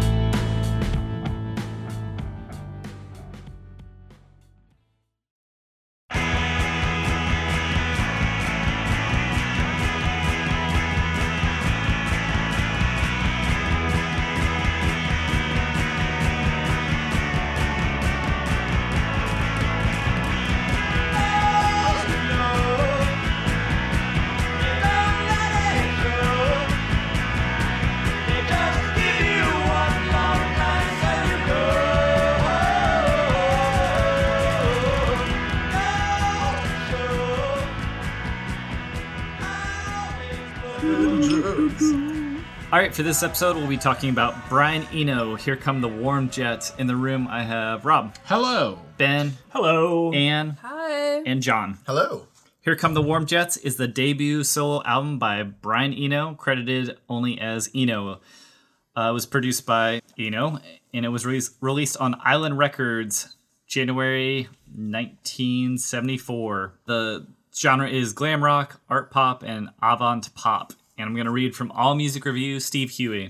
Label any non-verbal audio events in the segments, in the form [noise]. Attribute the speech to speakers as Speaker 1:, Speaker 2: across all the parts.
Speaker 1: All right, for this episode, we'll be talking about Brian Eno, Here Come the Warm Jets. In the room, I have Rob,
Speaker 2: Hello.
Speaker 1: Ben,
Speaker 3: Hello.
Speaker 1: Anne,
Speaker 4: Hi.
Speaker 1: and John.
Speaker 2: Hello.
Speaker 1: Here Come the Warm Jets is the debut solo album by Brian Eno, credited only as Eno. Uh, it was produced by Eno, and it was re- released on Island Records January 1974. The genre is glam rock, art pop, and avant pop. And I'm going to read from All Music Review, Steve Huey.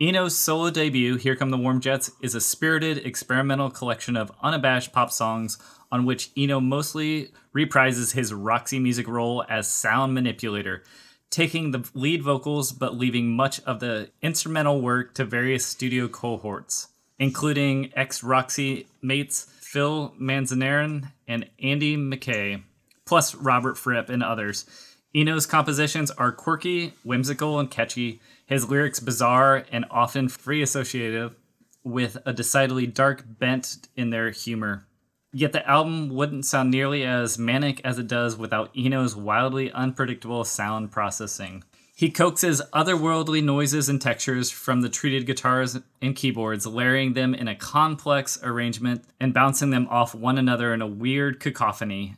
Speaker 1: Eno's solo debut, Here Come the Warm Jets, is a spirited, experimental collection of unabashed pop songs on which Eno mostly reprises his Roxy Music role as sound manipulator, taking the lead vocals but leaving much of the instrumental work to various studio cohorts, including ex Roxy mates Phil Manzanarin and Andy McKay, plus Robert Fripp and others. Eno's compositions are quirky, whimsical, and catchy, his lyrics bizarre and often free associative, with a decidedly dark bent in their humor. Yet the album wouldn't sound nearly as manic as it does without Eno's wildly unpredictable sound processing. He coaxes otherworldly noises and textures from the treated guitars and keyboards, layering them in a complex arrangement and bouncing them off one another in a weird cacophony.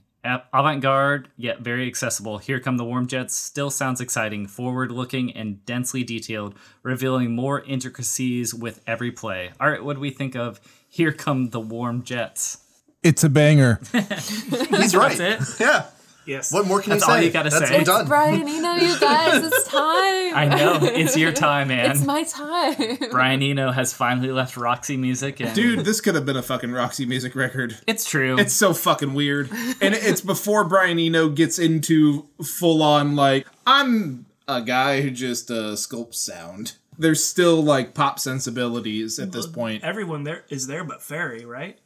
Speaker 1: Avant garde, yet very accessible, Here Come the Warm Jets still sounds exciting, forward looking, and densely detailed, revealing more intricacies with every play. All right, what do we think of Here Come the Warm Jets?
Speaker 5: It's a banger.
Speaker 2: He's right.
Speaker 1: That's
Speaker 2: Yeah.
Speaker 3: Yes.
Speaker 2: What more can
Speaker 1: That's
Speaker 2: you say?
Speaker 1: all you gotta
Speaker 2: That's
Speaker 1: say.
Speaker 2: We're
Speaker 1: It's
Speaker 2: done.
Speaker 4: Brian Eno, you guys, it's time.
Speaker 1: I know. It's your time, man.
Speaker 4: [laughs] It's my time.
Speaker 1: Brian Eno has finally left Roxy Music, and
Speaker 6: Dude, this could have been a fucking Roxy Music record.
Speaker 1: it's true.
Speaker 6: It's so fucking weird. And it's before Brian Eno gets into full on, like, I'm a guy who just uh, sculpts sound. There's still, like, pop sensibilities at this point.
Speaker 3: Everyone there is there but Fairy, right?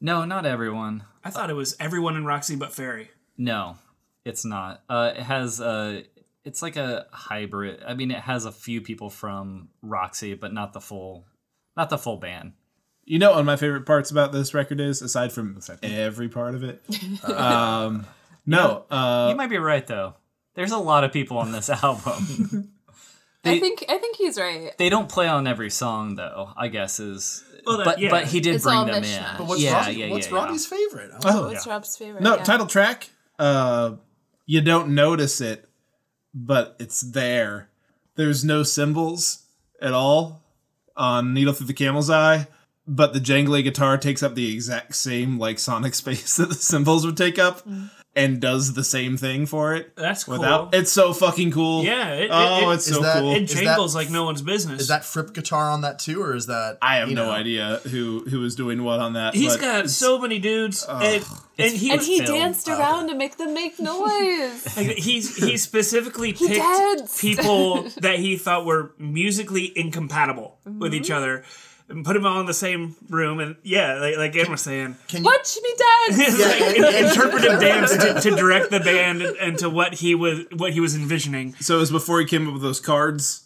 Speaker 1: no, not everyone.
Speaker 3: I thought it was everyone in Roxy but Fairy.
Speaker 1: No, it's not. Uh, it has a. It's like a hybrid. I mean, it has a few people from Roxy, but not the full, not the full band.
Speaker 6: You know, one of my favorite parts about this record is, aside from every part of it, um, no, uh,
Speaker 1: you might be right though. There's a lot of people on this [laughs] album.
Speaker 4: I think I think he's right.
Speaker 1: they don't play on every song though. I guess is.
Speaker 3: Well, that-
Speaker 1: but
Speaker 3: yeah.
Speaker 1: but he did
Speaker 4: It's
Speaker 1: bring
Speaker 4: all
Speaker 1: them in.
Speaker 4: mishmash. But
Speaker 2: What's,
Speaker 1: yeah,
Speaker 2: Robbie-
Speaker 1: yeah,
Speaker 2: what's
Speaker 1: yeah, yeah.
Speaker 2: Rob's favorite? Oh,
Speaker 6: oh,
Speaker 4: What's Rob's favorite?
Speaker 6: No,
Speaker 4: Yeah.
Speaker 6: title track. Uh, you don't notice it, but it's there. There's no symbols at all on Needle Through the Camel's Eye, but the jangly guitar takes up the exact same like sonic [laughs] space that the symbols would take up, and does the same thing for it.
Speaker 3: Mm. That's cool.
Speaker 6: Without it's so fucking cool.
Speaker 3: Yeah, it- it-
Speaker 6: oh,
Speaker 3: it-
Speaker 6: it's
Speaker 2: Is
Speaker 6: so
Speaker 2: that-
Speaker 6: cool.
Speaker 3: it
Speaker 2: Is that-
Speaker 3: jangles like no one's business.
Speaker 2: Is that Fripp guitar on that too, or is that?
Speaker 6: I have
Speaker 2: you
Speaker 6: no
Speaker 2: know?
Speaker 6: idea who who is doing what on that.
Speaker 3: He's
Speaker 6: but
Speaker 3: got so many dudes, and, and he
Speaker 4: and he
Speaker 1: [laughs] Phil.
Speaker 4: danced around to make them make noise.
Speaker 3: like, he's he specifically picked
Speaker 1: [laughs]
Speaker 4: danced.
Speaker 3: people that he thought were musically incompatible with
Speaker 1: Mm-hmm.
Speaker 3: each other, and put them all in the same room. And yeah, like, like Anne was saying,
Speaker 2: Can you?
Speaker 4: Watch me dance.
Speaker 3: It's like
Speaker 2: and-
Speaker 3: in-
Speaker 2: and-
Speaker 3: [laughs] interpretive dance to, to direct the band and to what he was what he was envisioning
Speaker 6: so it was before he came up with those cards.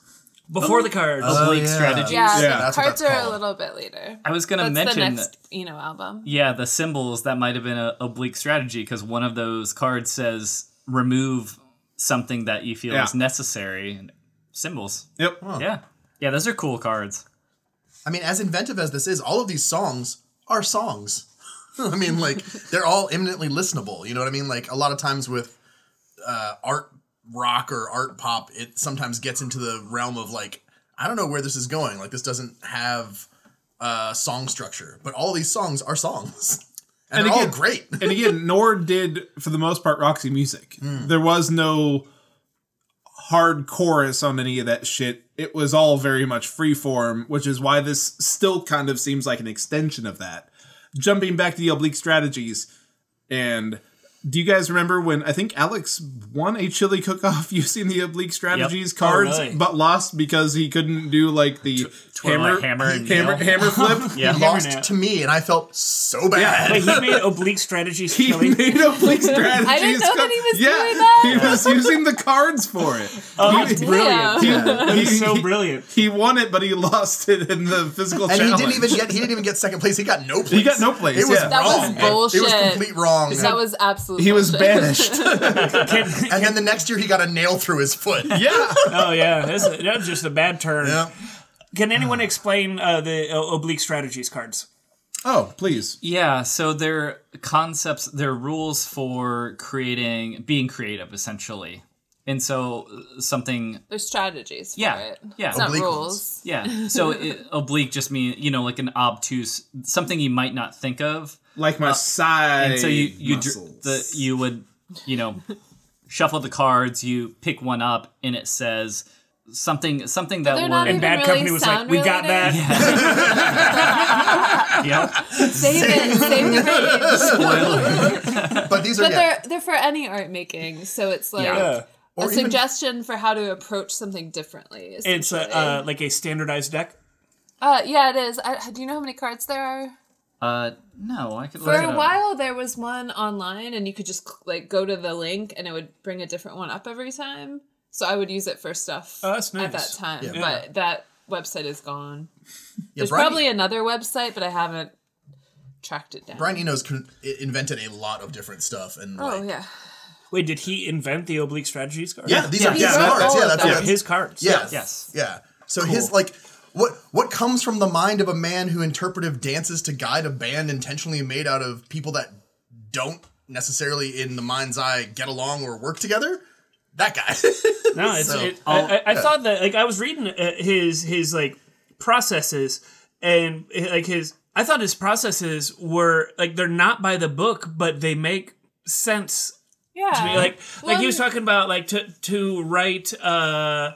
Speaker 3: before the cards.
Speaker 2: Oh,
Speaker 1: Oblique
Speaker 2: yeah.
Speaker 1: strategies.
Speaker 4: [laughs] Yeah,
Speaker 6: Yeah,
Speaker 4: the
Speaker 2: that's what
Speaker 4: cards
Speaker 2: that's
Speaker 4: are a
Speaker 2: called.
Speaker 4: little bit later.
Speaker 1: I was gonna
Speaker 4: That's
Speaker 1: mention
Speaker 4: the
Speaker 1: that-
Speaker 4: next you know album.
Speaker 1: Yeah, the symbols that might have been a oblique strategy because one of those cards says remove something that you feel
Speaker 6: Yeah.
Speaker 1: is necessary. And Symbols.
Speaker 6: Yep.
Speaker 1: Yeah. Yeah, those are cool cards.
Speaker 2: I mean, as inventive as this is, all of these songs are songs. [laughs] I mean, like they're all eminently listenable. You know what I mean? Like a lot of times with uh, art rock or art pop, it sometimes gets into the realm of like I don't know where this is going. Like this doesn't have uh, song structure, but all these songs [laughs] are songs. and,
Speaker 6: And
Speaker 2: they're all
Speaker 6: again-
Speaker 2: great.
Speaker 6: and again, nor did for the most part Roxy Music. There was no hard chorus on any of that shit. It was all very much freeform, which is why this still kind of seems like an extension of that. Jumping back to the oblique strategies, and do you guys remember when I think Alex won a chili cook-off [laughs] using the oblique strategies
Speaker 1: Oh,
Speaker 6: cards,
Speaker 3: really?
Speaker 6: but lost because he couldn't do like the
Speaker 1: twirl
Speaker 6: hammer,
Speaker 1: a hammer and
Speaker 6: hammer,
Speaker 1: nail.
Speaker 6: hammer flip?
Speaker 1: [laughs] Yeah.
Speaker 2: He
Speaker 3: now.
Speaker 2: lost to me, and I felt so bad.
Speaker 3: But he made oblique strategies
Speaker 6: He
Speaker 3: killing.
Speaker 6: made up like strategies.
Speaker 4: [laughs] I didn't know that he was
Speaker 6: yeah,
Speaker 4: doing that. [laughs]
Speaker 6: He was using the cards for it.
Speaker 3: That's brilliant.
Speaker 4: Yeah.
Speaker 3: That
Speaker 6: Oh, He-
Speaker 3: is so
Speaker 6: he-
Speaker 3: brilliant.
Speaker 6: He won it, but he lost it in the physical
Speaker 2: and
Speaker 6: challenge.
Speaker 2: he didn't even get he didn't even get second place. He got no place.
Speaker 6: He got no place,
Speaker 2: It was wrong.
Speaker 6: yeah. That
Speaker 4: was
Speaker 2: It was
Speaker 4: bullshit.
Speaker 2: complete wrong.
Speaker 4: [laughs] That was absolutely.
Speaker 2: [laughs]
Speaker 6: He was banished.
Speaker 3: Can-
Speaker 2: and then the next year he got a nail through his foot.
Speaker 6: yeah.
Speaker 3: oh yeah, that's, that's just a bad turn.
Speaker 2: Yeah.
Speaker 3: Can anyone explain uh, the uh, oblique strategies cards?
Speaker 6: Oh, please.
Speaker 1: Yeah, so their concepts, their rules for creating, being creative, essentially. And so uh, something,
Speaker 4: There's strategies for
Speaker 1: Yeah,
Speaker 4: it.
Speaker 1: yeah.
Speaker 4: It's not
Speaker 2: Oblique
Speaker 4: rules.
Speaker 1: yeah. So it, oblique just means, you know, like an obtuse, something you might not think of.
Speaker 6: Like my side.
Speaker 1: And so you you dr-
Speaker 6: muscles.
Speaker 1: the you would you know shuffle the cards. You pick one up, and it says something something that
Speaker 4: They're
Speaker 1: would
Speaker 4: not
Speaker 3: And
Speaker 4: even
Speaker 3: Bad
Speaker 4: really
Speaker 3: Company was like,
Speaker 4: sound
Speaker 3: "We got that."
Speaker 4: related.
Speaker 1: yeah,
Speaker 4: Save it. Save the
Speaker 6: [laughs]
Speaker 4: range.
Speaker 2: But these are
Speaker 4: But
Speaker 2: yeah,
Speaker 4: they're they're for any art making, so it's like
Speaker 1: Yeah.
Speaker 2: or
Speaker 4: a
Speaker 2: even-
Speaker 4: suggestion for how to approach something differently.
Speaker 3: It's
Speaker 4: essentially.
Speaker 3: a, uh, like a standardized deck.
Speaker 4: Uh, yeah, it is. I, do you know how many cards there are?
Speaker 1: Uh, no, I could
Speaker 4: For a while, there was one online, and you could just cl- like go to the link, and it would bring a different one up every time. So I would use it for stuff
Speaker 3: Oh, that's
Speaker 4: at that
Speaker 3: nice.
Speaker 4: time,
Speaker 2: Yeah.
Speaker 4: but that website is gone.
Speaker 2: yeah,
Speaker 4: There's
Speaker 2: Brian,
Speaker 4: probably another website, but I haven't tracked it down.
Speaker 2: Brian Eno's con- i- invented a lot of different stuff and
Speaker 4: oh
Speaker 2: like,
Speaker 4: yeah,
Speaker 3: Wait, did he invent the oblique strategies cards?
Speaker 2: yeah, these are
Speaker 4: He
Speaker 2: his
Speaker 4: wrote
Speaker 2: cards.
Speaker 4: all
Speaker 2: Yeah,
Speaker 4: of
Speaker 2: that's
Speaker 4: them.
Speaker 2: yeah,
Speaker 3: yeah, his cards.
Speaker 2: yeah.
Speaker 1: Yes.
Speaker 2: Yeah. So his like what what comes from the mind of a man who interpretive dances to guide a band intentionally made out of people that don't necessarily in the mind's eye get along or work together? That guy. [laughs]
Speaker 3: No, it's,
Speaker 2: So-
Speaker 3: it, I, I, I thought that like I was reading uh, his his like processes and uh, like his I thought his processes were like they're not by the book, but they make sense
Speaker 4: yeah.
Speaker 3: I mean, like like he was
Speaker 4: Well,
Speaker 3: talking about like to to write uh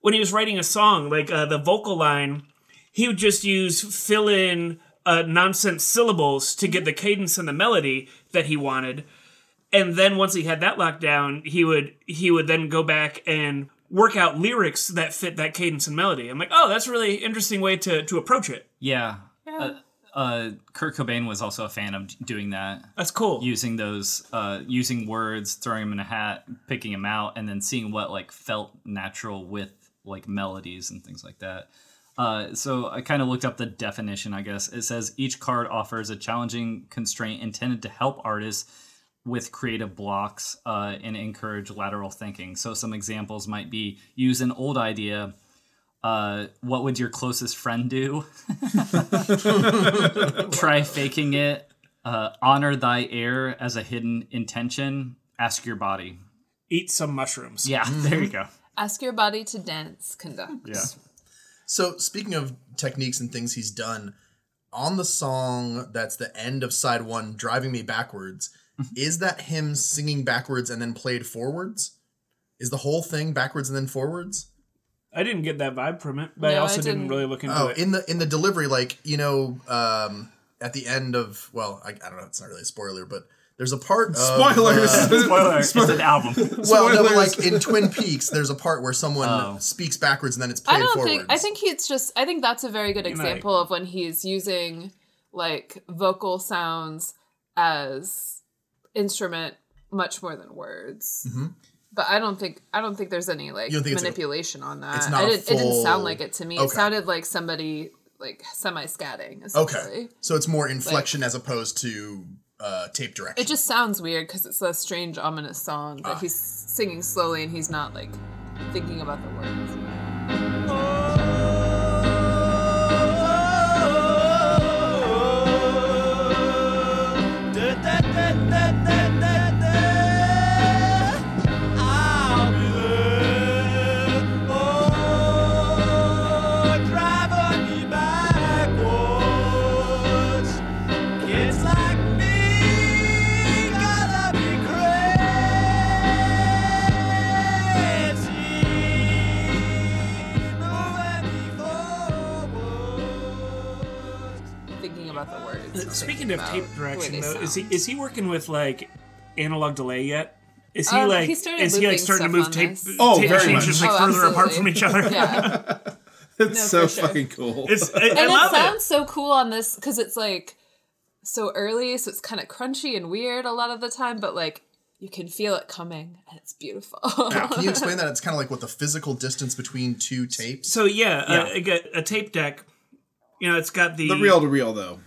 Speaker 3: when he was writing a song like uh, the vocal line he would just use fill in uh, nonsense syllables to get the cadence and the melody that he wanted and then once he had that locked down he would he would then go back and work out lyrics that fit that cadence and melody i'm like oh that's a really interesting way to to approach it
Speaker 1: yeah. Uh, uh, Kurt Cobain was also a fan of doing that,
Speaker 3: that's cool
Speaker 1: using those, uh, using words, throwing them in a hat, picking them out, and then seeing what like felt natural with like melodies and things like that. Uh, so I kind of looked up the definition. I guess it says each card offers a challenging constraint intended to help artists with creative blocks uh, and encourage lateral thinking. So some examples might be use an old idea. Uh, what would your closest friend do? Try faking it. Uh, honor thy air as a hidden intention. Ask your body.
Speaker 3: eat some mushrooms
Speaker 1: Yeah, [laughs] there you go.
Speaker 4: ask your body to dance, conduct.
Speaker 1: Yeah.
Speaker 2: So speaking of techniques and things he's done, on the song that's the end of side one, Driving Me Backwards, is that him singing backwards and then played forwards? Is the whole thing backwards and then forwards?
Speaker 3: i didn't get that vibe from it but i
Speaker 4: No, I
Speaker 3: also didn't.
Speaker 4: didn't.
Speaker 3: really look into
Speaker 2: Oh,
Speaker 3: it
Speaker 2: in the in the delivery, like, you know, um at the end of well, I, I don't know, it's not really a spoiler, but there's a part of,
Speaker 6: [laughs] Spoilers.
Speaker 2: uh,
Speaker 1: Spoiler,
Speaker 3: [laughs]
Speaker 1: it's an album.
Speaker 2: well, no, but
Speaker 6: Spoilers.
Speaker 2: like in Twin Peaks, there's a part where someone
Speaker 1: Oh.
Speaker 2: speaks backwards and then it's
Speaker 4: I
Speaker 2: played
Speaker 4: don't
Speaker 2: forwards.
Speaker 4: think. I think he's just. I think that's a very good
Speaker 3: know, like-
Speaker 4: example of when he's using like vocal sounds as instrument much more than words. But I don't think. I don't think there's any like
Speaker 2: Mm-hmm. You don't think it's a-
Speaker 4: manipulation on that.
Speaker 2: it's not
Speaker 4: I
Speaker 2: a
Speaker 4: didn't, It didn't
Speaker 2: full-
Speaker 4: sound like it to me. It
Speaker 2: Okay.
Speaker 4: sounded like somebody like semi scatting.
Speaker 2: Okay.
Speaker 4: Essentially.
Speaker 2: So it's more inflection as opposed to uh, tape direction.
Speaker 4: It just sounds weird because it's a strange, ominous song
Speaker 2: Ah.
Speaker 4: that he's singing slowly and he's not like thinking about the words.
Speaker 5: Kids like me
Speaker 4: words.
Speaker 3: Uh, Speaking of
Speaker 4: about
Speaker 3: tape
Speaker 4: the way
Speaker 3: direction,
Speaker 4: they
Speaker 3: though, is he
Speaker 4: sound.
Speaker 3: is he working with like analog delay yet? Is he
Speaker 4: Um,
Speaker 3: like
Speaker 4: he started
Speaker 3: is he like
Speaker 4: looping
Speaker 3: starting to
Speaker 4: stuff
Speaker 3: move
Speaker 4: on
Speaker 3: tape,
Speaker 4: this.
Speaker 6: Oh,
Speaker 3: tape
Speaker 6: very
Speaker 3: machines
Speaker 6: much.
Speaker 3: just like
Speaker 4: Oh,
Speaker 3: further apart from
Speaker 4: absolutely.
Speaker 3: each other?
Speaker 4: [laughs]
Speaker 3: [laughs]
Speaker 4: Yeah.
Speaker 6: It's
Speaker 4: No,
Speaker 6: so
Speaker 4: for sure.
Speaker 6: fucking cool.
Speaker 3: It's, I, I
Speaker 4: And it
Speaker 3: love
Speaker 4: sounds so cool on this because it's like so early, so it's kind of crunchy and weird a lot of the time, but like you can feel it coming and it's beautiful. [laughs]
Speaker 2: Can you explain that? It's kind of like what the physical distance between two tapes.
Speaker 3: So yeah, uh, I get a, tape deck. You know, it's got the,
Speaker 6: the reel to reel though.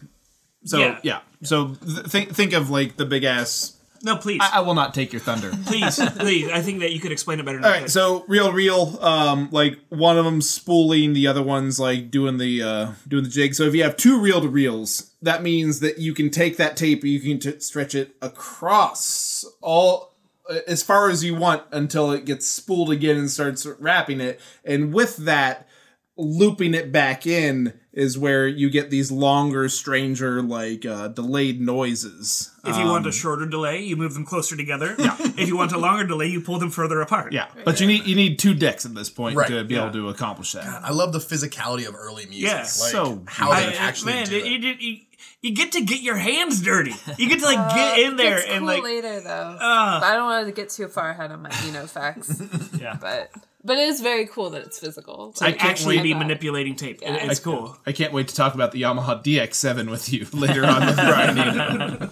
Speaker 6: So
Speaker 3: Yeah.
Speaker 6: yeah. So th- think think of like the big ass.
Speaker 3: No, please,
Speaker 6: I, I will not take your thunder.
Speaker 3: [laughs] please, please. I think that you could explain it better.
Speaker 6: All right, so reel to reel, um, like one of them spooling, the other one's like doing the uh, doing the jig. So if you have two reel to reels, that means that you can take that tape, you can t- stretch it across all uh, as far as you want until it gets spooled again and starts wrapping it. And with that, looping it back in is where you get these longer, stranger, like uh, delayed noises.
Speaker 3: If you
Speaker 6: Um,
Speaker 3: want a shorter delay, you move them closer together. [laughs] if you want a longer delay, you pull them further apart.
Speaker 6: Yeah, but you need you need two decks at this point
Speaker 2: Right,
Speaker 6: to be able to accomplish that.
Speaker 2: I love the physicality of early music.
Speaker 3: Yeah,
Speaker 2: like
Speaker 6: so
Speaker 2: how
Speaker 3: I,
Speaker 2: they actually
Speaker 3: man,
Speaker 2: do it.
Speaker 3: You, did- you- you get to get your hands dirty. You get to like get in there
Speaker 4: it's cool
Speaker 3: and like
Speaker 4: later though. but I don't want to get too far ahead on my you know facts.
Speaker 1: Yeah.
Speaker 4: But but it is very cool that it's physical.
Speaker 3: I
Speaker 4: Like,
Speaker 3: can't actually
Speaker 4: wait.
Speaker 3: be manipulating tape. It-
Speaker 4: Yeah.
Speaker 3: It's cool.
Speaker 6: I can't wait to talk about the Yamaha DX7 with you [laughs] later on with Brian.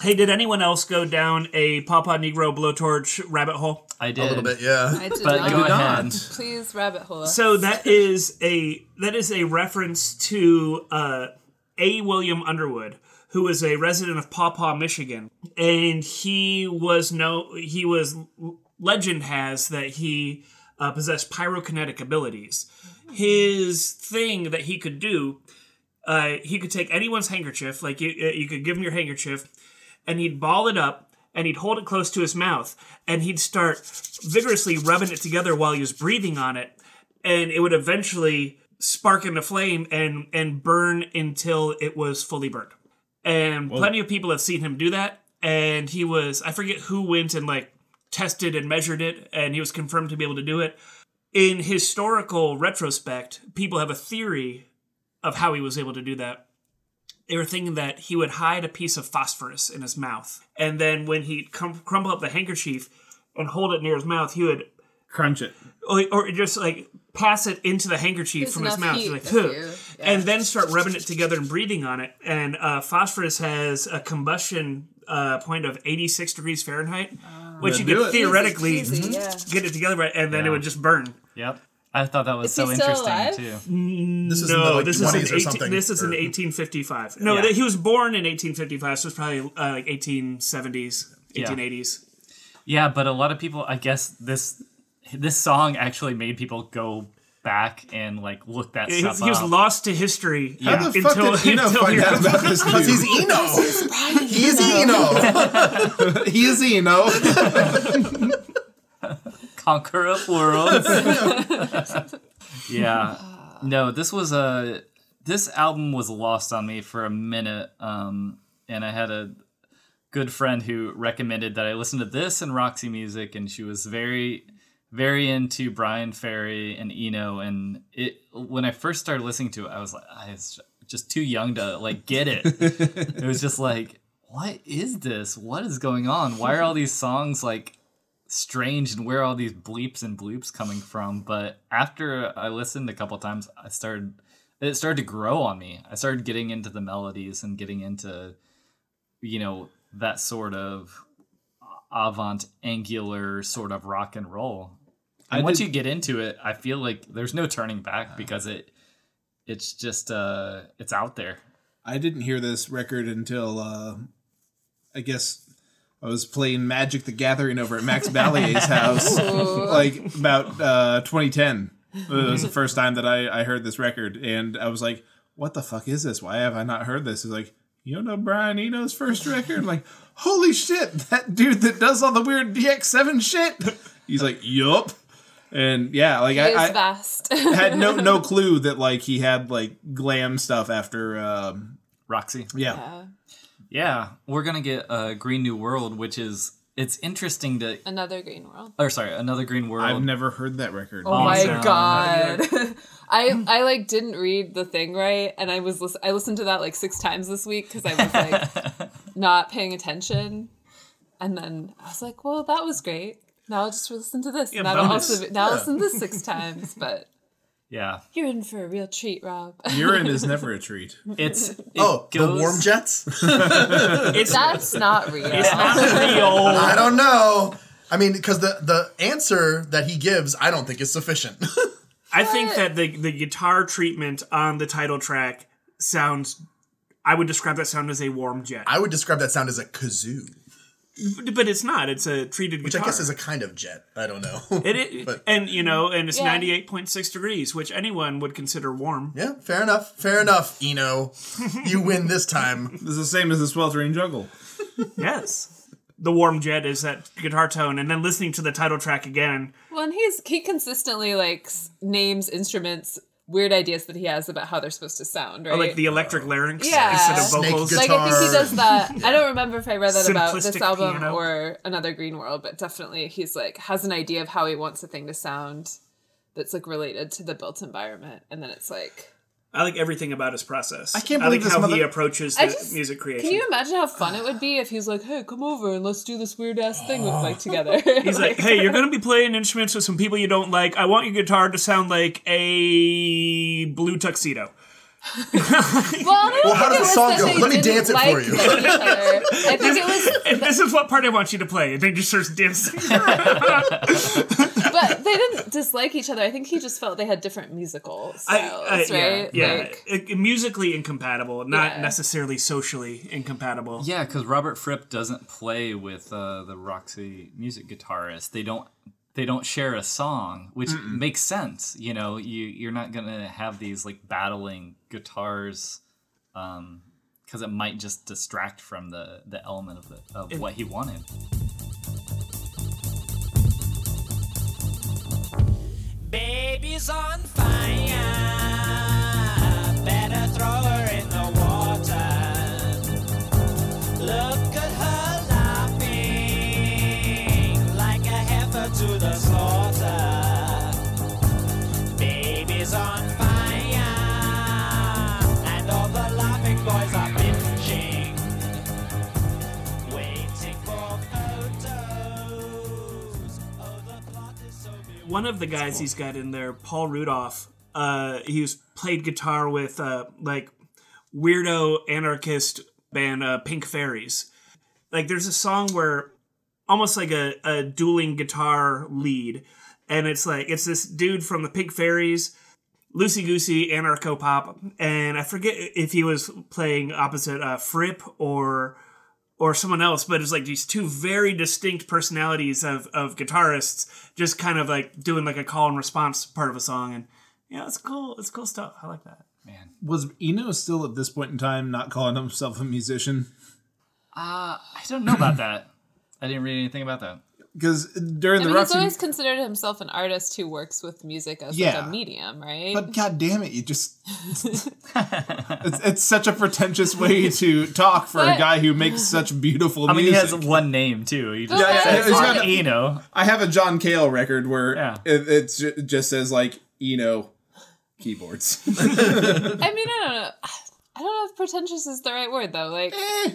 Speaker 3: Hey, did anyone else go down a Papa Negro blowtorch rabbit hole?
Speaker 1: I did.
Speaker 2: a little bit, yeah.
Speaker 4: I did
Speaker 1: But
Speaker 4: not.
Speaker 1: go ahead.
Speaker 4: Please rabbit hole. us. [laughs]
Speaker 3: So that is a that is a reference to uh, a William Underwood, who was a resident of Paw Paw, Michigan, and he was no he was legend has that he uh, possessed pyrokinetic abilities. His thing that he could do, uh, he could take anyone's handkerchief, like you uh, you could give him your handkerchief, and he'd ball it up and he'd hold it close to his mouth and he'd start vigorously rubbing it together while he was breathing on it and it would eventually spark into flame and and burn until it was fully burned and plenty of people have seen him do that and he was i forget who went and like tested and measured it and he was confirmed to be able to do it in historical retrospect people have a theory of how he was able to do that they were thinking that he would hide a piece of phosphorus in his mouth and then when he'd crum- crumple up the handkerchief and hold it near his mouth he would
Speaker 6: Crunch it.
Speaker 3: or, or just like pass it into the handkerchief
Speaker 4: There's
Speaker 3: from his
Speaker 4: enough
Speaker 3: mouth,
Speaker 4: heat
Speaker 3: like,
Speaker 4: if you-
Speaker 3: "Huh," and then start rubbing it together and breathing on it. And uh, phosphorus has a combustion uh, point of 86 degrees Fahrenheit, which you
Speaker 6: Then do
Speaker 3: could
Speaker 6: it.
Speaker 3: theoretically
Speaker 4: Ah. Easy, easy, yeah.
Speaker 3: get it together, right, and then it
Speaker 1: Yeah.
Speaker 3: would just burn.
Speaker 1: Yep. I thought that was
Speaker 4: Is
Speaker 1: so
Speaker 4: he still
Speaker 1: interesting
Speaker 4: alive?
Speaker 1: too.
Speaker 2: This is in the
Speaker 3: No,
Speaker 2: like,
Speaker 3: this
Speaker 2: 20s
Speaker 3: is,
Speaker 2: or
Speaker 3: in 18,
Speaker 2: something.
Speaker 3: this is in
Speaker 2: or-
Speaker 3: 1855. No,
Speaker 1: Yeah.
Speaker 3: th- he was born in 1855, so it's probably uh, like 1870s, 1880s.
Speaker 1: Yeah, but a lot of people, I guess this this song actually made people go back and like look that
Speaker 3: He,
Speaker 1: stuff
Speaker 3: was- he was
Speaker 1: up.
Speaker 3: lost to history
Speaker 6: How the fuck did Eno find out about this
Speaker 2: Because
Speaker 6: dude?
Speaker 2: [laughs] he's Eno. [laughs] he's Eno.
Speaker 6: he is Eno.
Speaker 1: Conquer of worlds. yeah. No, this was a this album was lost on me for a minute. Um, and I had a good friend who recommended that I listen to this and Roxy music, and she was very very into Brian Ferry and Eno. And it when I first started listening to it, I was like, I was just too young to like get it. it was just like, what is this? What is going on? Why are all these songs like strange and where all these bleeps and bloops coming from but after i listened a couple times i started it started to grow on me i started getting into the melodies and getting into you know that sort of avant angular sort of rock and roll and
Speaker 6: I
Speaker 1: once
Speaker 6: did-
Speaker 1: you get into it i feel like there's no turning back because it it's just uh it's out there
Speaker 6: I didn't hear this record until uh, I guess I was playing Magic the Gathering over at [laughs] Max Ballier's house, like about uh, 2010. It was [laughs] the first time that I, I heard this record, and I was like, "What the fuck is this? Why have I not heard this?" It's like, you don't know Brian Eno's first record? I'm like, holy shit, that dude that does all the weird DX7 shit. He's like, yup. And yeah, like
Speaker 4: It
Speaker 6: [laughs]
Speaker 4: is
Speaker 6: I, I,
Speaker 4: vast.
Speaker 6: had no no clue that like he had like glam stuff after um
Speaker 1: roxy
Speaker 6: yeah.
Speaker 1: Yeah, we're gonna get uh, Green New World, which is it's interesting to
Speaker 4: [laughs] Another Green World.
Speaker 1: or sorry, another green world.
Speaker 6: I've never heard that record.
Speaker 4: Oh my
Speaker 1: Awesome.
Speaker 4: god. [laughs] I I like didn't read the thing right and I was listen- I listened to that like 6 times this week cuz I was like
Speaker 3: [laughs]
Speaker 4: not paying attention. And then I was like, "Well, that was great. Now I'll just listen to this.
Speaker 3: Yeah,
Speaker 4: now I'll
Speaker 3: bonus.
Speaker 4: also now I'll listen to this 6
Speaker 3: [laughs]
Speaker 4: times, but [laughs]
Speaker 1: yeah.
Speaker 4: you're in for a real treat, Rob." [laughs]
Speaker 6: Urine is never a treat.
Speaker 1: It's it
Speaker 2: Oh, the
Speaker 1: goes- [laughs]
Speaker 2: warm jets?
Speaker 3: It's
Speaker 4: That's not real.
Speaker 3: it's
Speaker 1: [laughs]
Speaker 3: not real.
Speaker 2: I don't know. I mean, because the the answer that he gives, I don't think is sufficient. [laughs]
Speaker 3: I think that the the guitar treatment on the title track sounds. I would describe that sound as a warm jet,
Speaker 2: I would describe that sound as a kazoo,
Speaker 3: but it's not. It's a treated
Speaker 2: which
Speaker 3: guitar.
Speaker 2: I guess is a kind of jet. I don't know.
Speaker 3: It,
Speaker 2: [laughs]
Speaker 3: it,
Speaker 2: But-
Speaker 3: and you know, and it's
Speaker 4: Yeah.
Speaker 3: ninety eight point six degrees, which anyone would consider warm.
Speaker 2: yeah, fair enough. Fair enough, Eno. You win this time.
Speaker 6: It's the same as the sweltering jungle.
Speaker 3: Yes, the warm jet is that guitar tone, and then listening to the title track again,
Speaker 4: Well, and he's he consistently like s- names instruments weird ideas that he has about how they're supposed to sound, right?
Speaker 3: or like the electric larynx
Speaker 4: Yeah.
Speaker 3: instead of
Speaker 2: Snake
Speaker 3: vocals.
Speaker 2: guitar.
Speaker 4: Like I think he does that. I don't remember if I read that about this
Speaker 3: Simplistic
Speaker 4: album
Speaker 3: piano.
Speaker 4: or another Green World, but definitely he's like has an idea of how he wants a thing to sound that's like related to the built environment, and then it's like,
Speaker 3: I like everything about his process. I
Speaker 2: can't
Speaker 3: like
Speaker 2: believe this
Speaker 3: how he
Speaker 2: mother-
Speaker 3: approaches the
Speaker 4: I just-
Speaker 3: music creation.
Speaker 4: can you imagine how fun it would be if he's like, hey, come over and let's do this weird ass thing with [laughs]
Speaker 3: [gasps]
Speaker 4: like together?
Speaker 3: He's like, hey, you're gonna be playing instruments with some people you don't like. I want your guitar to sound like a blue
Speaker 4: [laughs]
Speaker 3: tuxedo.
Speaker 4: well,
Speaker 2: Well, how does the song go? Let me dance it for you. [laughs]
Speaker 4: I think it was
Speaker 3: And this is what part I want you to play. And then he just starts
Speaker 4: [laughs]
Speaker 3: dancing.
Speaker 4: but they didn't dislike each other. I think he just felt they had different musical
Speaker 3: I-
Speaker 4: styles,
Speaker 3: I- yeah,
Speaker 4: right?
Speaker 3: Yeah,
Speaker 4: Like,
Speaker 3: I- I- musically incompatible, not
Speaker 4: Yeah.
Speaker 3: necessarily socially incompatible.
Speaker 1: Yeah, because Robert Fripp doesn't play with uh, the Roxy music guitarist. They don't. They don't share a song, which makes sense. You know, you you're not gonna have these like battling guitars, because it might just distract from the the element of the, of what he wanted.
Speaker 5: Baby's on fire. Better throw her in the water. Look at her laughing like a heifer to the slaughter. Baby's on fire, and all the laughing boys are pinching, waiting for photos. Oh, the plot is so beautiful.
Speaker 3: One of the guys he's got in there, Paul Rudolph, uh, he's played guitar with uh, like weirdo anarchist band uh, Pink Fairies. Like there's a song where almost like a, a dueling guitar lead, and it's like it's this dude from the Pink Fairies, loosey goosey anarcho pop, and I forget if he was playing opposite uh, Fripp or or someone else, but it's like these two very distinct personalities of of guitarists just kind of like doing like a call and response part of a song, and yeah, it's cool. It's cool stuff. I like that.
Speaker 6: Was Eno still at this point in time not calling himself a musician?
Speaker 1: Uh, I don't know about that. I didn't read anything about that.
Speaker 6: Because during
Speaker 4: I
Speaker 6: the
Speaker 4: mean, he's
Speaker 6: Roxy,
Speaker 4: always considered himself an artist who works with music as like
Speaker 6: Yeah.
Speaker 4: a medium, right?
Speaker 6: but god damn it, you
Speaker 4: [laughs]
Speaker 6: just it's, it's such a pretentious way to talk for a
Speaker 4: But-
Speaker 6: guy who makes such beautiful
Speaker 1: I mean, he
Speaker 6: music.
Speaker 1: has one name too. He just
Speaker 4: [laughs] Yeah, yeah,
Speaker 1: says
Speaker 4: he's
Speaker 1: "On
Speaker 6: got-
Speaker 1: Eno.
Speaker 6: I have a John Cale record where
Speaker 1: Yeah.
Speaker 6: it, it's ju- just says like Eno keyboards.
Speaker 4: I mean, I don't know. I don't know if pretentious is the right word though. Like,
Speaker 6: Eh,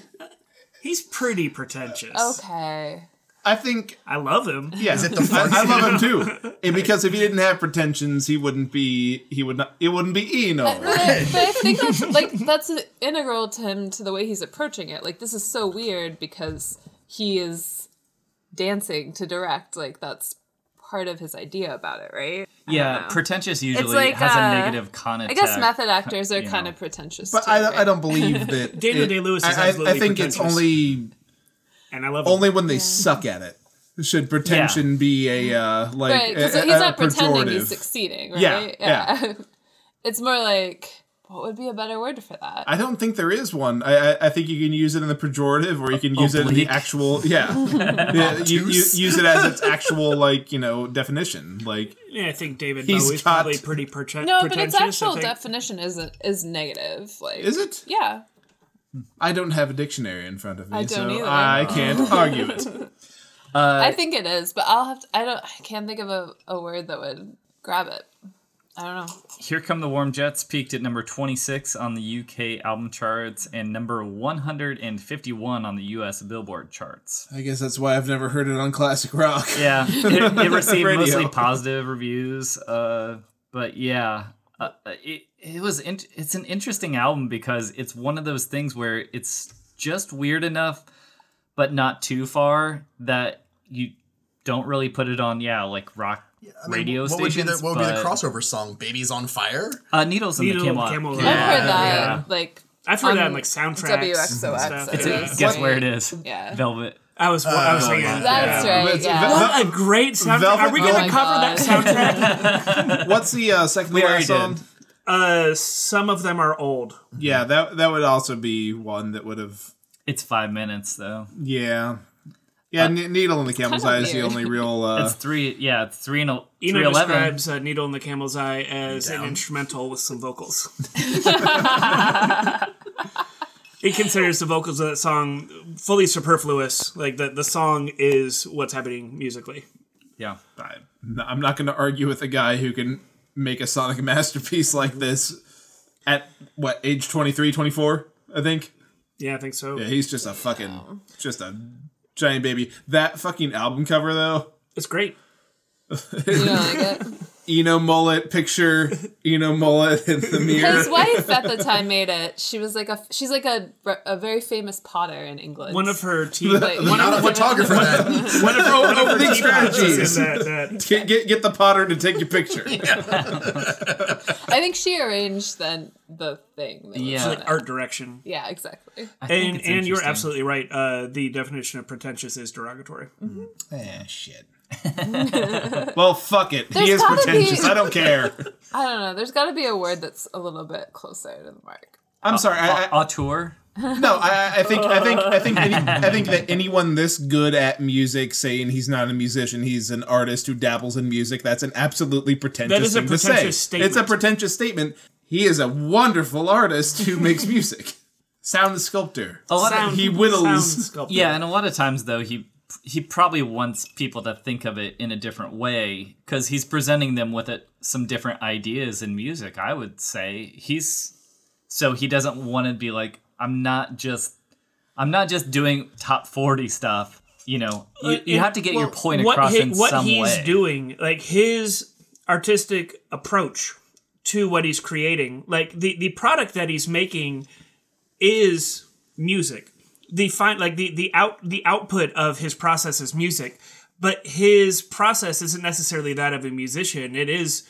Speaker 3: He's pretty pretentious.
Speaker 6: [laughs]
Speaker 4: okay,
Speaker 6: I think
Speaker 3: I love him.
Speaker 6: yeah,
Speaker 2: Is it the
Speaker 6: I,
Speaker 2: first? [laughs]
Speaker 6: I love him too. And because if he didn't have pretensions, he wouldn't be he would not it wouldn't be Eno.
Speaker 4: but I, but I think that's like that's integral to him to the way he's approaching it. Like, this is so weird because he is dancing to direct. Like, that's part of his idea about it, right?
Speaker 1: Yeah, pretentious usually
Speaker 4: like,
Speaker 1: has
Speaker 4: uh,
Speaker 1: a negative connotation.
Speaker 4: I guess method
Speaker 6: [laughs]
Speaker 4: actors are
Speaker 1: you
Speaker 4: kind
Speaker 1: know.
Speaker 4: of pretentious.
Speaker 6: But
Speaker 4: too,
Speaker 6: I,
Speaker 4: right?
Speaker 6: don't- I don't believe that
Speaker 3: [laughs] Daniel
Speaker 6: it-
Speaker 3: Day-Lewis is
Speaker 6: I- I, I
Speaker 3: absolutely
Speaker 6: think it's
Speaker 3: pretentious.
Speaker 6: only
Speaker 3: and I love
Speaker 6: only
Speaker 3: him.
Speaker 6: when they suck at it should pretension be a uh, like
Speaker 4: Right, because
Speaker 6: a-
Speaker 4: he's
Speaker 6: a- a
Speaker 4: not pretending
Speaker 6: pejorative.
Speaker 4: he's succeeding, right?
Speaker 6: Yeah,
Speaker 4: [laughs] it's more like, what would be a better word for that?
Speaker 6: I don't think there is one. I, I I think you can use it in the pejorative, or you can use it in the
Speaker 1: Oblique.
Speaker 6: actual.
Speaker 2: [laughs]
Speaker 6: Yeah, yeah you, you,
Speaker 2: Obtuse.
Speaker 6: use it as its actual like you know definition. Like
Speaker 3: Yeah, I think David
Speaker 6: He's
Speaker 3: Bowie's
Speaker 6: got-
Speaker 3: probably pretty prete-
Speaker 4: no, but
Speaker 3: pretentious.
Speaker 4: its actual
Speaker 3: I think.
Speaker 4: definition isn't is negative. Like,
Speaker 6: is it?
Speaker 4: Yeah,
Speaker 6: I don't have a dictionary in front of me,
Speaker 4: I don't
Speaker 6: so
Speaker 4: either.
Speaker 6: I can't argue it.
Speaker 4: I think it is, but I'll have to. I don't. I can't think of a, a word that would grab it. I don't know.
Speaker 1: Here Come the Warm Jets peaked at number 26 on the UK album charts and number 151 on the US Billboard charts.
Speaker 6: I guess that's why I've never heard it on classic rock. [laughs]
Speaker 1: Yeah, [laughs] it, it received
Speaker 6: Radio.
Speaker 1: mostly positive reviews. Uh, but yeah, uh, it, it was in, it's an interesting album because it's one of those things where it's just weird enough, but not too far that you don't really put it on. Yeah, like rock
Speaker 2: I mean,
Speaker 1: radio
Speaker 2: what
Speaker 1: stations.
Speaker 2: Would be the, what would be the
Speaker 1: but-
Speaker 2: crossover song? "Baby's on Fire."
Speaker 1: Uh, Needles in
Speaker 3: Needle
Speaker 1: the Camelot.
Speaker 3: Camelot.
Speaker 4: I've
Speaker 1: Yeah.
Speaker 4: heard that
Speaker 1: yeah.
Speaker 4: like
Speaker 3: I've heard that
Speaker 4: on
Speaker 3: in like soundtracks.
Speaker 4: WXOX.
Speaker 1: It's-
Speaker 3: It's Yeah.
Speaker 1: it's- [laughs] Guess where it is?
Speaker 4: [laughs] Yeah.
Speaker 1: Velvet.
Speaker 3: I was I was thinking
Speaker 4: That's
Speaker 3: yeah.
Speaker 4: right.
Speaker 6: It's-
Speaker 4: Yeah.
Speaker 6: Vel-
Speaker 3: What a great soundtrack!
Speaker 6: Uh, Velvet
Speaker 3: Are we gonna
Speaker 6: Velvet-
Speaker 3: cover
Speaker 4: Oh my
Speaker 3: that soundtrack? [laughs]
Speaker 6: What's the uh, second
Speaker 1: We
Speaker 6: to
Speaker 1: already
Speaker 6: last song?
Speaker 1: did.
Speaker 3: uh, some of them are old.
Speaker 6: Yeah, that that would also be one that would have.
Speaker 1: It's five minutes though.
Speaker 6: Yeah, yeah. Ne- Needle in the Camel's
Speaker 4: kind
Speaker 6: Eye
Speaker 4: of
Speaker 6: is the
Speaker 4: weird.
Speaker 1: [laughs]
Speaker 6: only real. Uh,
Speaker 1: Uh, It's three. Yeah, it's three and a,
Speaker 3: Eno
Speaker 1: three eleven.
Speaker 3: describes uh, "Needle in the Camel's Eye" as an instrumental with
Speaker 6: [laughs]
Speaker 3: some vocals. [laughs] he considers the vocals of that song fully superfluous. Like the the song is what's happening musically.
Speaker 1: Yeah.
Speaker 6: I- I'm not going to argue with a guy who can make a sonic [laughs] masterpiece like this at what age 23, 24, I think.
Speaker 3: Yeah, I think so.
Speaker 6: Yeah, he's just a fucking just a giant baby. That fucking album cover though,
Speaker 3: It's great.
Speaker 4: You don't like it.
Speaker 6: Eno mullet picture, Eno mullet in the mirror.
Speaker 4: His wife at the time made it. She was like a she's like a a very famous potter in England.
Speaker 3: One of
Speaker 1: [laughs]
Speaker 3: her team.
Speaker 4: Like,
Speaker 3: one
Speaker 2: Not
Speaker 3: of
Speaker 2: a
Speaker 4: [laughs]
Speaker 3: her,
Speaker 2: photographer then.
Speaker 3: one of her, one of her
Speaker 6: Opening
Speaker 3: tea practices
Speaker 6: strategies.
Speaker 3: is
Speaker 1: [laughs]
Speaker 3: that, that
Speaker 6: Get, get get the potter to take your
Speaker 4: [laughs]
Speaker 6: picture.
Speaker 4: I think she arranged then the thing. that was
Speaker 1: Yeah.
Speaker 4: on
Speaker 1: Like
Speaker 4: it.
Speaker 3: art direction.
Speaker 4: Yeah, exactly.
Speaker 1: Uh, I think
Speaker 3: And
Speaker 1: it's
Speaker 3: and you're
Speaker 1: interesting.
Speaker 3: absolutely right. Uh, the definition of pretentious is derogatory.
Speaker 6: Ah, shit. well, fuck it.
Speaker 4: There's
Speaker 6: he is
Speaker 4: gotta be-
Speaker 6: pretentious. I don't care.
Speaker 4: I don't know. There's got to be a word that's a little bit closer to the mark.
Speaker 3: Uh,
Speaker 6: I'm sorry. I, I,
Speaker 1: Auteur.
Speaker 6: No, I, I think I think I think any, I think
Speaker 3: [laughs]
Speaker 6: that anyone this good at music saying he's not a musician, he's an artist who dabbles in music, that's an absolutely pretentious
Speaker 3: That is a
Speaker 6: thing to say.
Speaker 3: pretentious statement.
Speaker 6: It's a pretentious statement. He is a wonderful artist who
Speaker 3: [laughs]
Speaker 6: makes music. Sound sculptor.
Speaker 1: A lot
Speaker 3: Sound,
Speaker 1: of,
Speaker 6: he whittles.
Speaker 3: sound sculpture.
Speaker 1: yeah, and a lot of times though he he probably wants people to think of it in a different way because he's presenting them with it, some different ideas in music. I would say he's so he doesn't want to be like I'm not just I'm not just doing top forty stuff. You know, you, you
Speaker 3: it-
Speaker 1: have to get your
Speaker 3: well,
Speaker 1: point
Speaker 3: what
Speaker 1: across
Speaker 3: hi-
Speaker 1: in
Speaker 3: what
Speaker 1: some
Speaker 3: he's
Speaker 1: way. [laughs]
Speaker 3: doing like his artistic approach to what he's creating like the the product that he's making is music the fine like the the out the output of his process is music but his process isn't necessarily that of a musician it is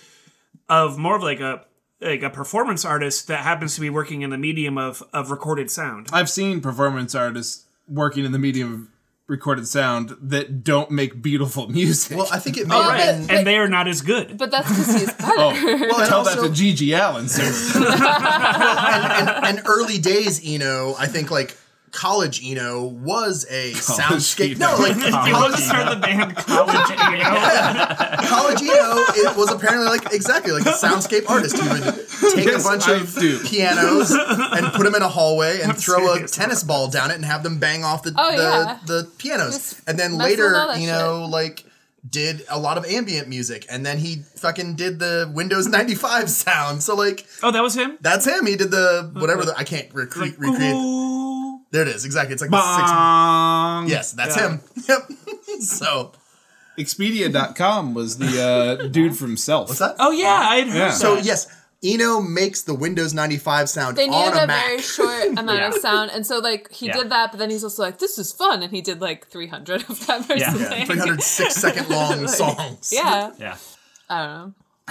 Speaker 3: of more of like a like a performance artist that happens to be working in the medium of of recorded sound
Speaker 6: I've seen performance artists working in the medium of recorded sound that don't make beautiful [laughs] music.
Speaker 2: Well, I think it may.
Speaker 4: All right.
Speaker 2: have been-
Speaker 3: and they are not as good
Speaker 4: But that's because
Speaker 1: [laughs]
Speaker 4: he's better.
Speaker 1: Oh,
Speaker 2: well, and
Speaker 6: Oh, Tell
Speaker 2: also-
Speaker 6: that to Gigi Allen, sir.
Speaker 2: and, and early days Eno, I think like college Eno was a soundscape.
Speaker 6: Eno.
Speaker 2: No, like
Speaker 3: Let's
Speaker 2: college,
Speaker 3: start the band college you know?
Speaker 2: college Eno it was apparently like exactly like a soundscape artist. He would [laughs] take
Speaker 6: Yes,
Speaker 2: a bunch
Speaker 6: I
Speaker 2: of [laughs]
Speaker 6: do.
Speaker 2: pianos and put them in a hallway and throw
Speaker 3: serious.
Speaker 2: a tennis ball down it and have them bang off the
Speaker 4: Oh,
Speaker 2: the,
Speaker 4: yeah.
Speaker 2: the pianos.
Speaker 4: Just
Speaker 2: and then
Speaker 4: mess with
Speaker 2: later,
Speaker 4: all that
Speaker 2: you know, like did a lot of ambient music and then he fucking did the Windows 95 sound. So like
Speaker 3: Oh, that was him.
Speaker 2: that's him. He did the whatever the I can't recre- recreate.
Speaker 3: Ooh.
Speaker 2: There it is. Exactly. It's like the six
Speaker 6: Bong.
Speaker 2: Yes, that's
Speaker 3: Yeah.
Speaker 2: him. [laughs] Yep. so
Speaker 6: Expedia.com was the uh, dude from Self.
Speaker 2: what's that?
Speaker 3: Oh yeah, I had heard
Speaker 6: Yeah.
Speaker 3: that.
Speaker 2: So yes, Eno makes the Windows 95 sound
Speaker 4: They
Speaker 2: on
Speaker 4: needed
Speaker 2: a
Speaker 4: a
Speaker 2: Mac.
Speaker 1: [laughs]
Speaker 4: very short amount of
Speaker 1: Yeah.
Speaker 4: sound, and so like he
Speaker 1: Yeah.
Speaker 4: did that, but then he's also like, "This is fun," and he did like 300 of that versus
Speaker 1: Yeah.
Speaker 2: yeah,
Speaker 4: [laughs]
Speaker 2: 306 second long songs.
Speaker 4: yeah,
Speaker 1: yeah.
Speaker 4: I don't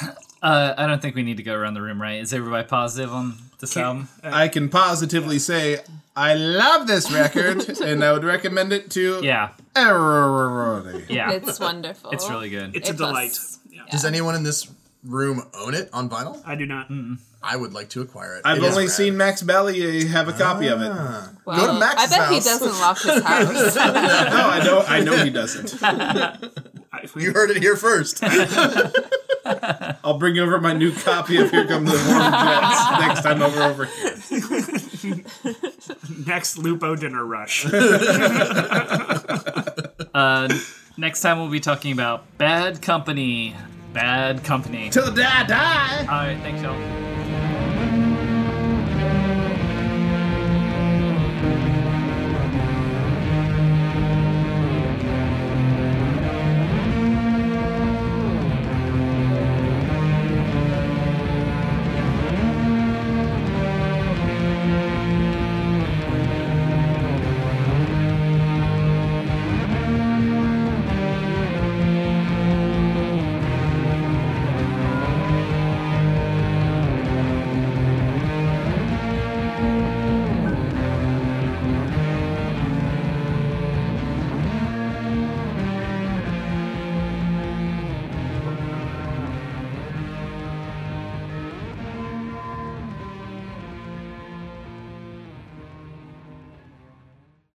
Speaker 4: know.
Speaker 1: Uh, I don't think we need to go around the room, right? Is everybody positive on this album?
Speaker 6: I can positively say I love this record and I would recommend it to
Speaker 1: Yeah,
Speaker 6: everybody.
Speaker 1: yeah. [laughs] It's,
Speaker 4: It's wonderful.
Speaker 1: really good.
Speaker 3: it's a
Speaker 4: A
Speaker 3: delight.
Speaker 4: plus.
Speaker 3: Yeah.
Speaker 2: Does anyone in this room own it on vinyl?
Speaker 3: I do not.
Speaker 2: Mm. I would like to acquire it.
Speaker 6: I've
Speaker 2: It is
Speaker 6: only
Speaker 2: rad.
Speaker 6: seen Max Ballier have a copy of it. No,
Speaker 2: Ah.
Speaker 4: Wow.
Speaker 2: Go to Max's
Speaker 4: I bet he
Speaker 2: house.
Speaker 4: doesn't lock his house.
Speaker 6: I know I know he doesn't.
Speaker 2: [laughs]
Speaker 3: I-
Speaker 2: You heard it here first.
Speaker 6: I'll bring over my new copy of Here Come the Warm Jets next time I'm over here.
Speaker 3: Next Lupo dinner rush.
Speaker 1: Uh, Next time we'll be talking about Bad Company. Bad Company.
Speaker 6: Till the die die.
Speaker 1: All right, thanks, y'all.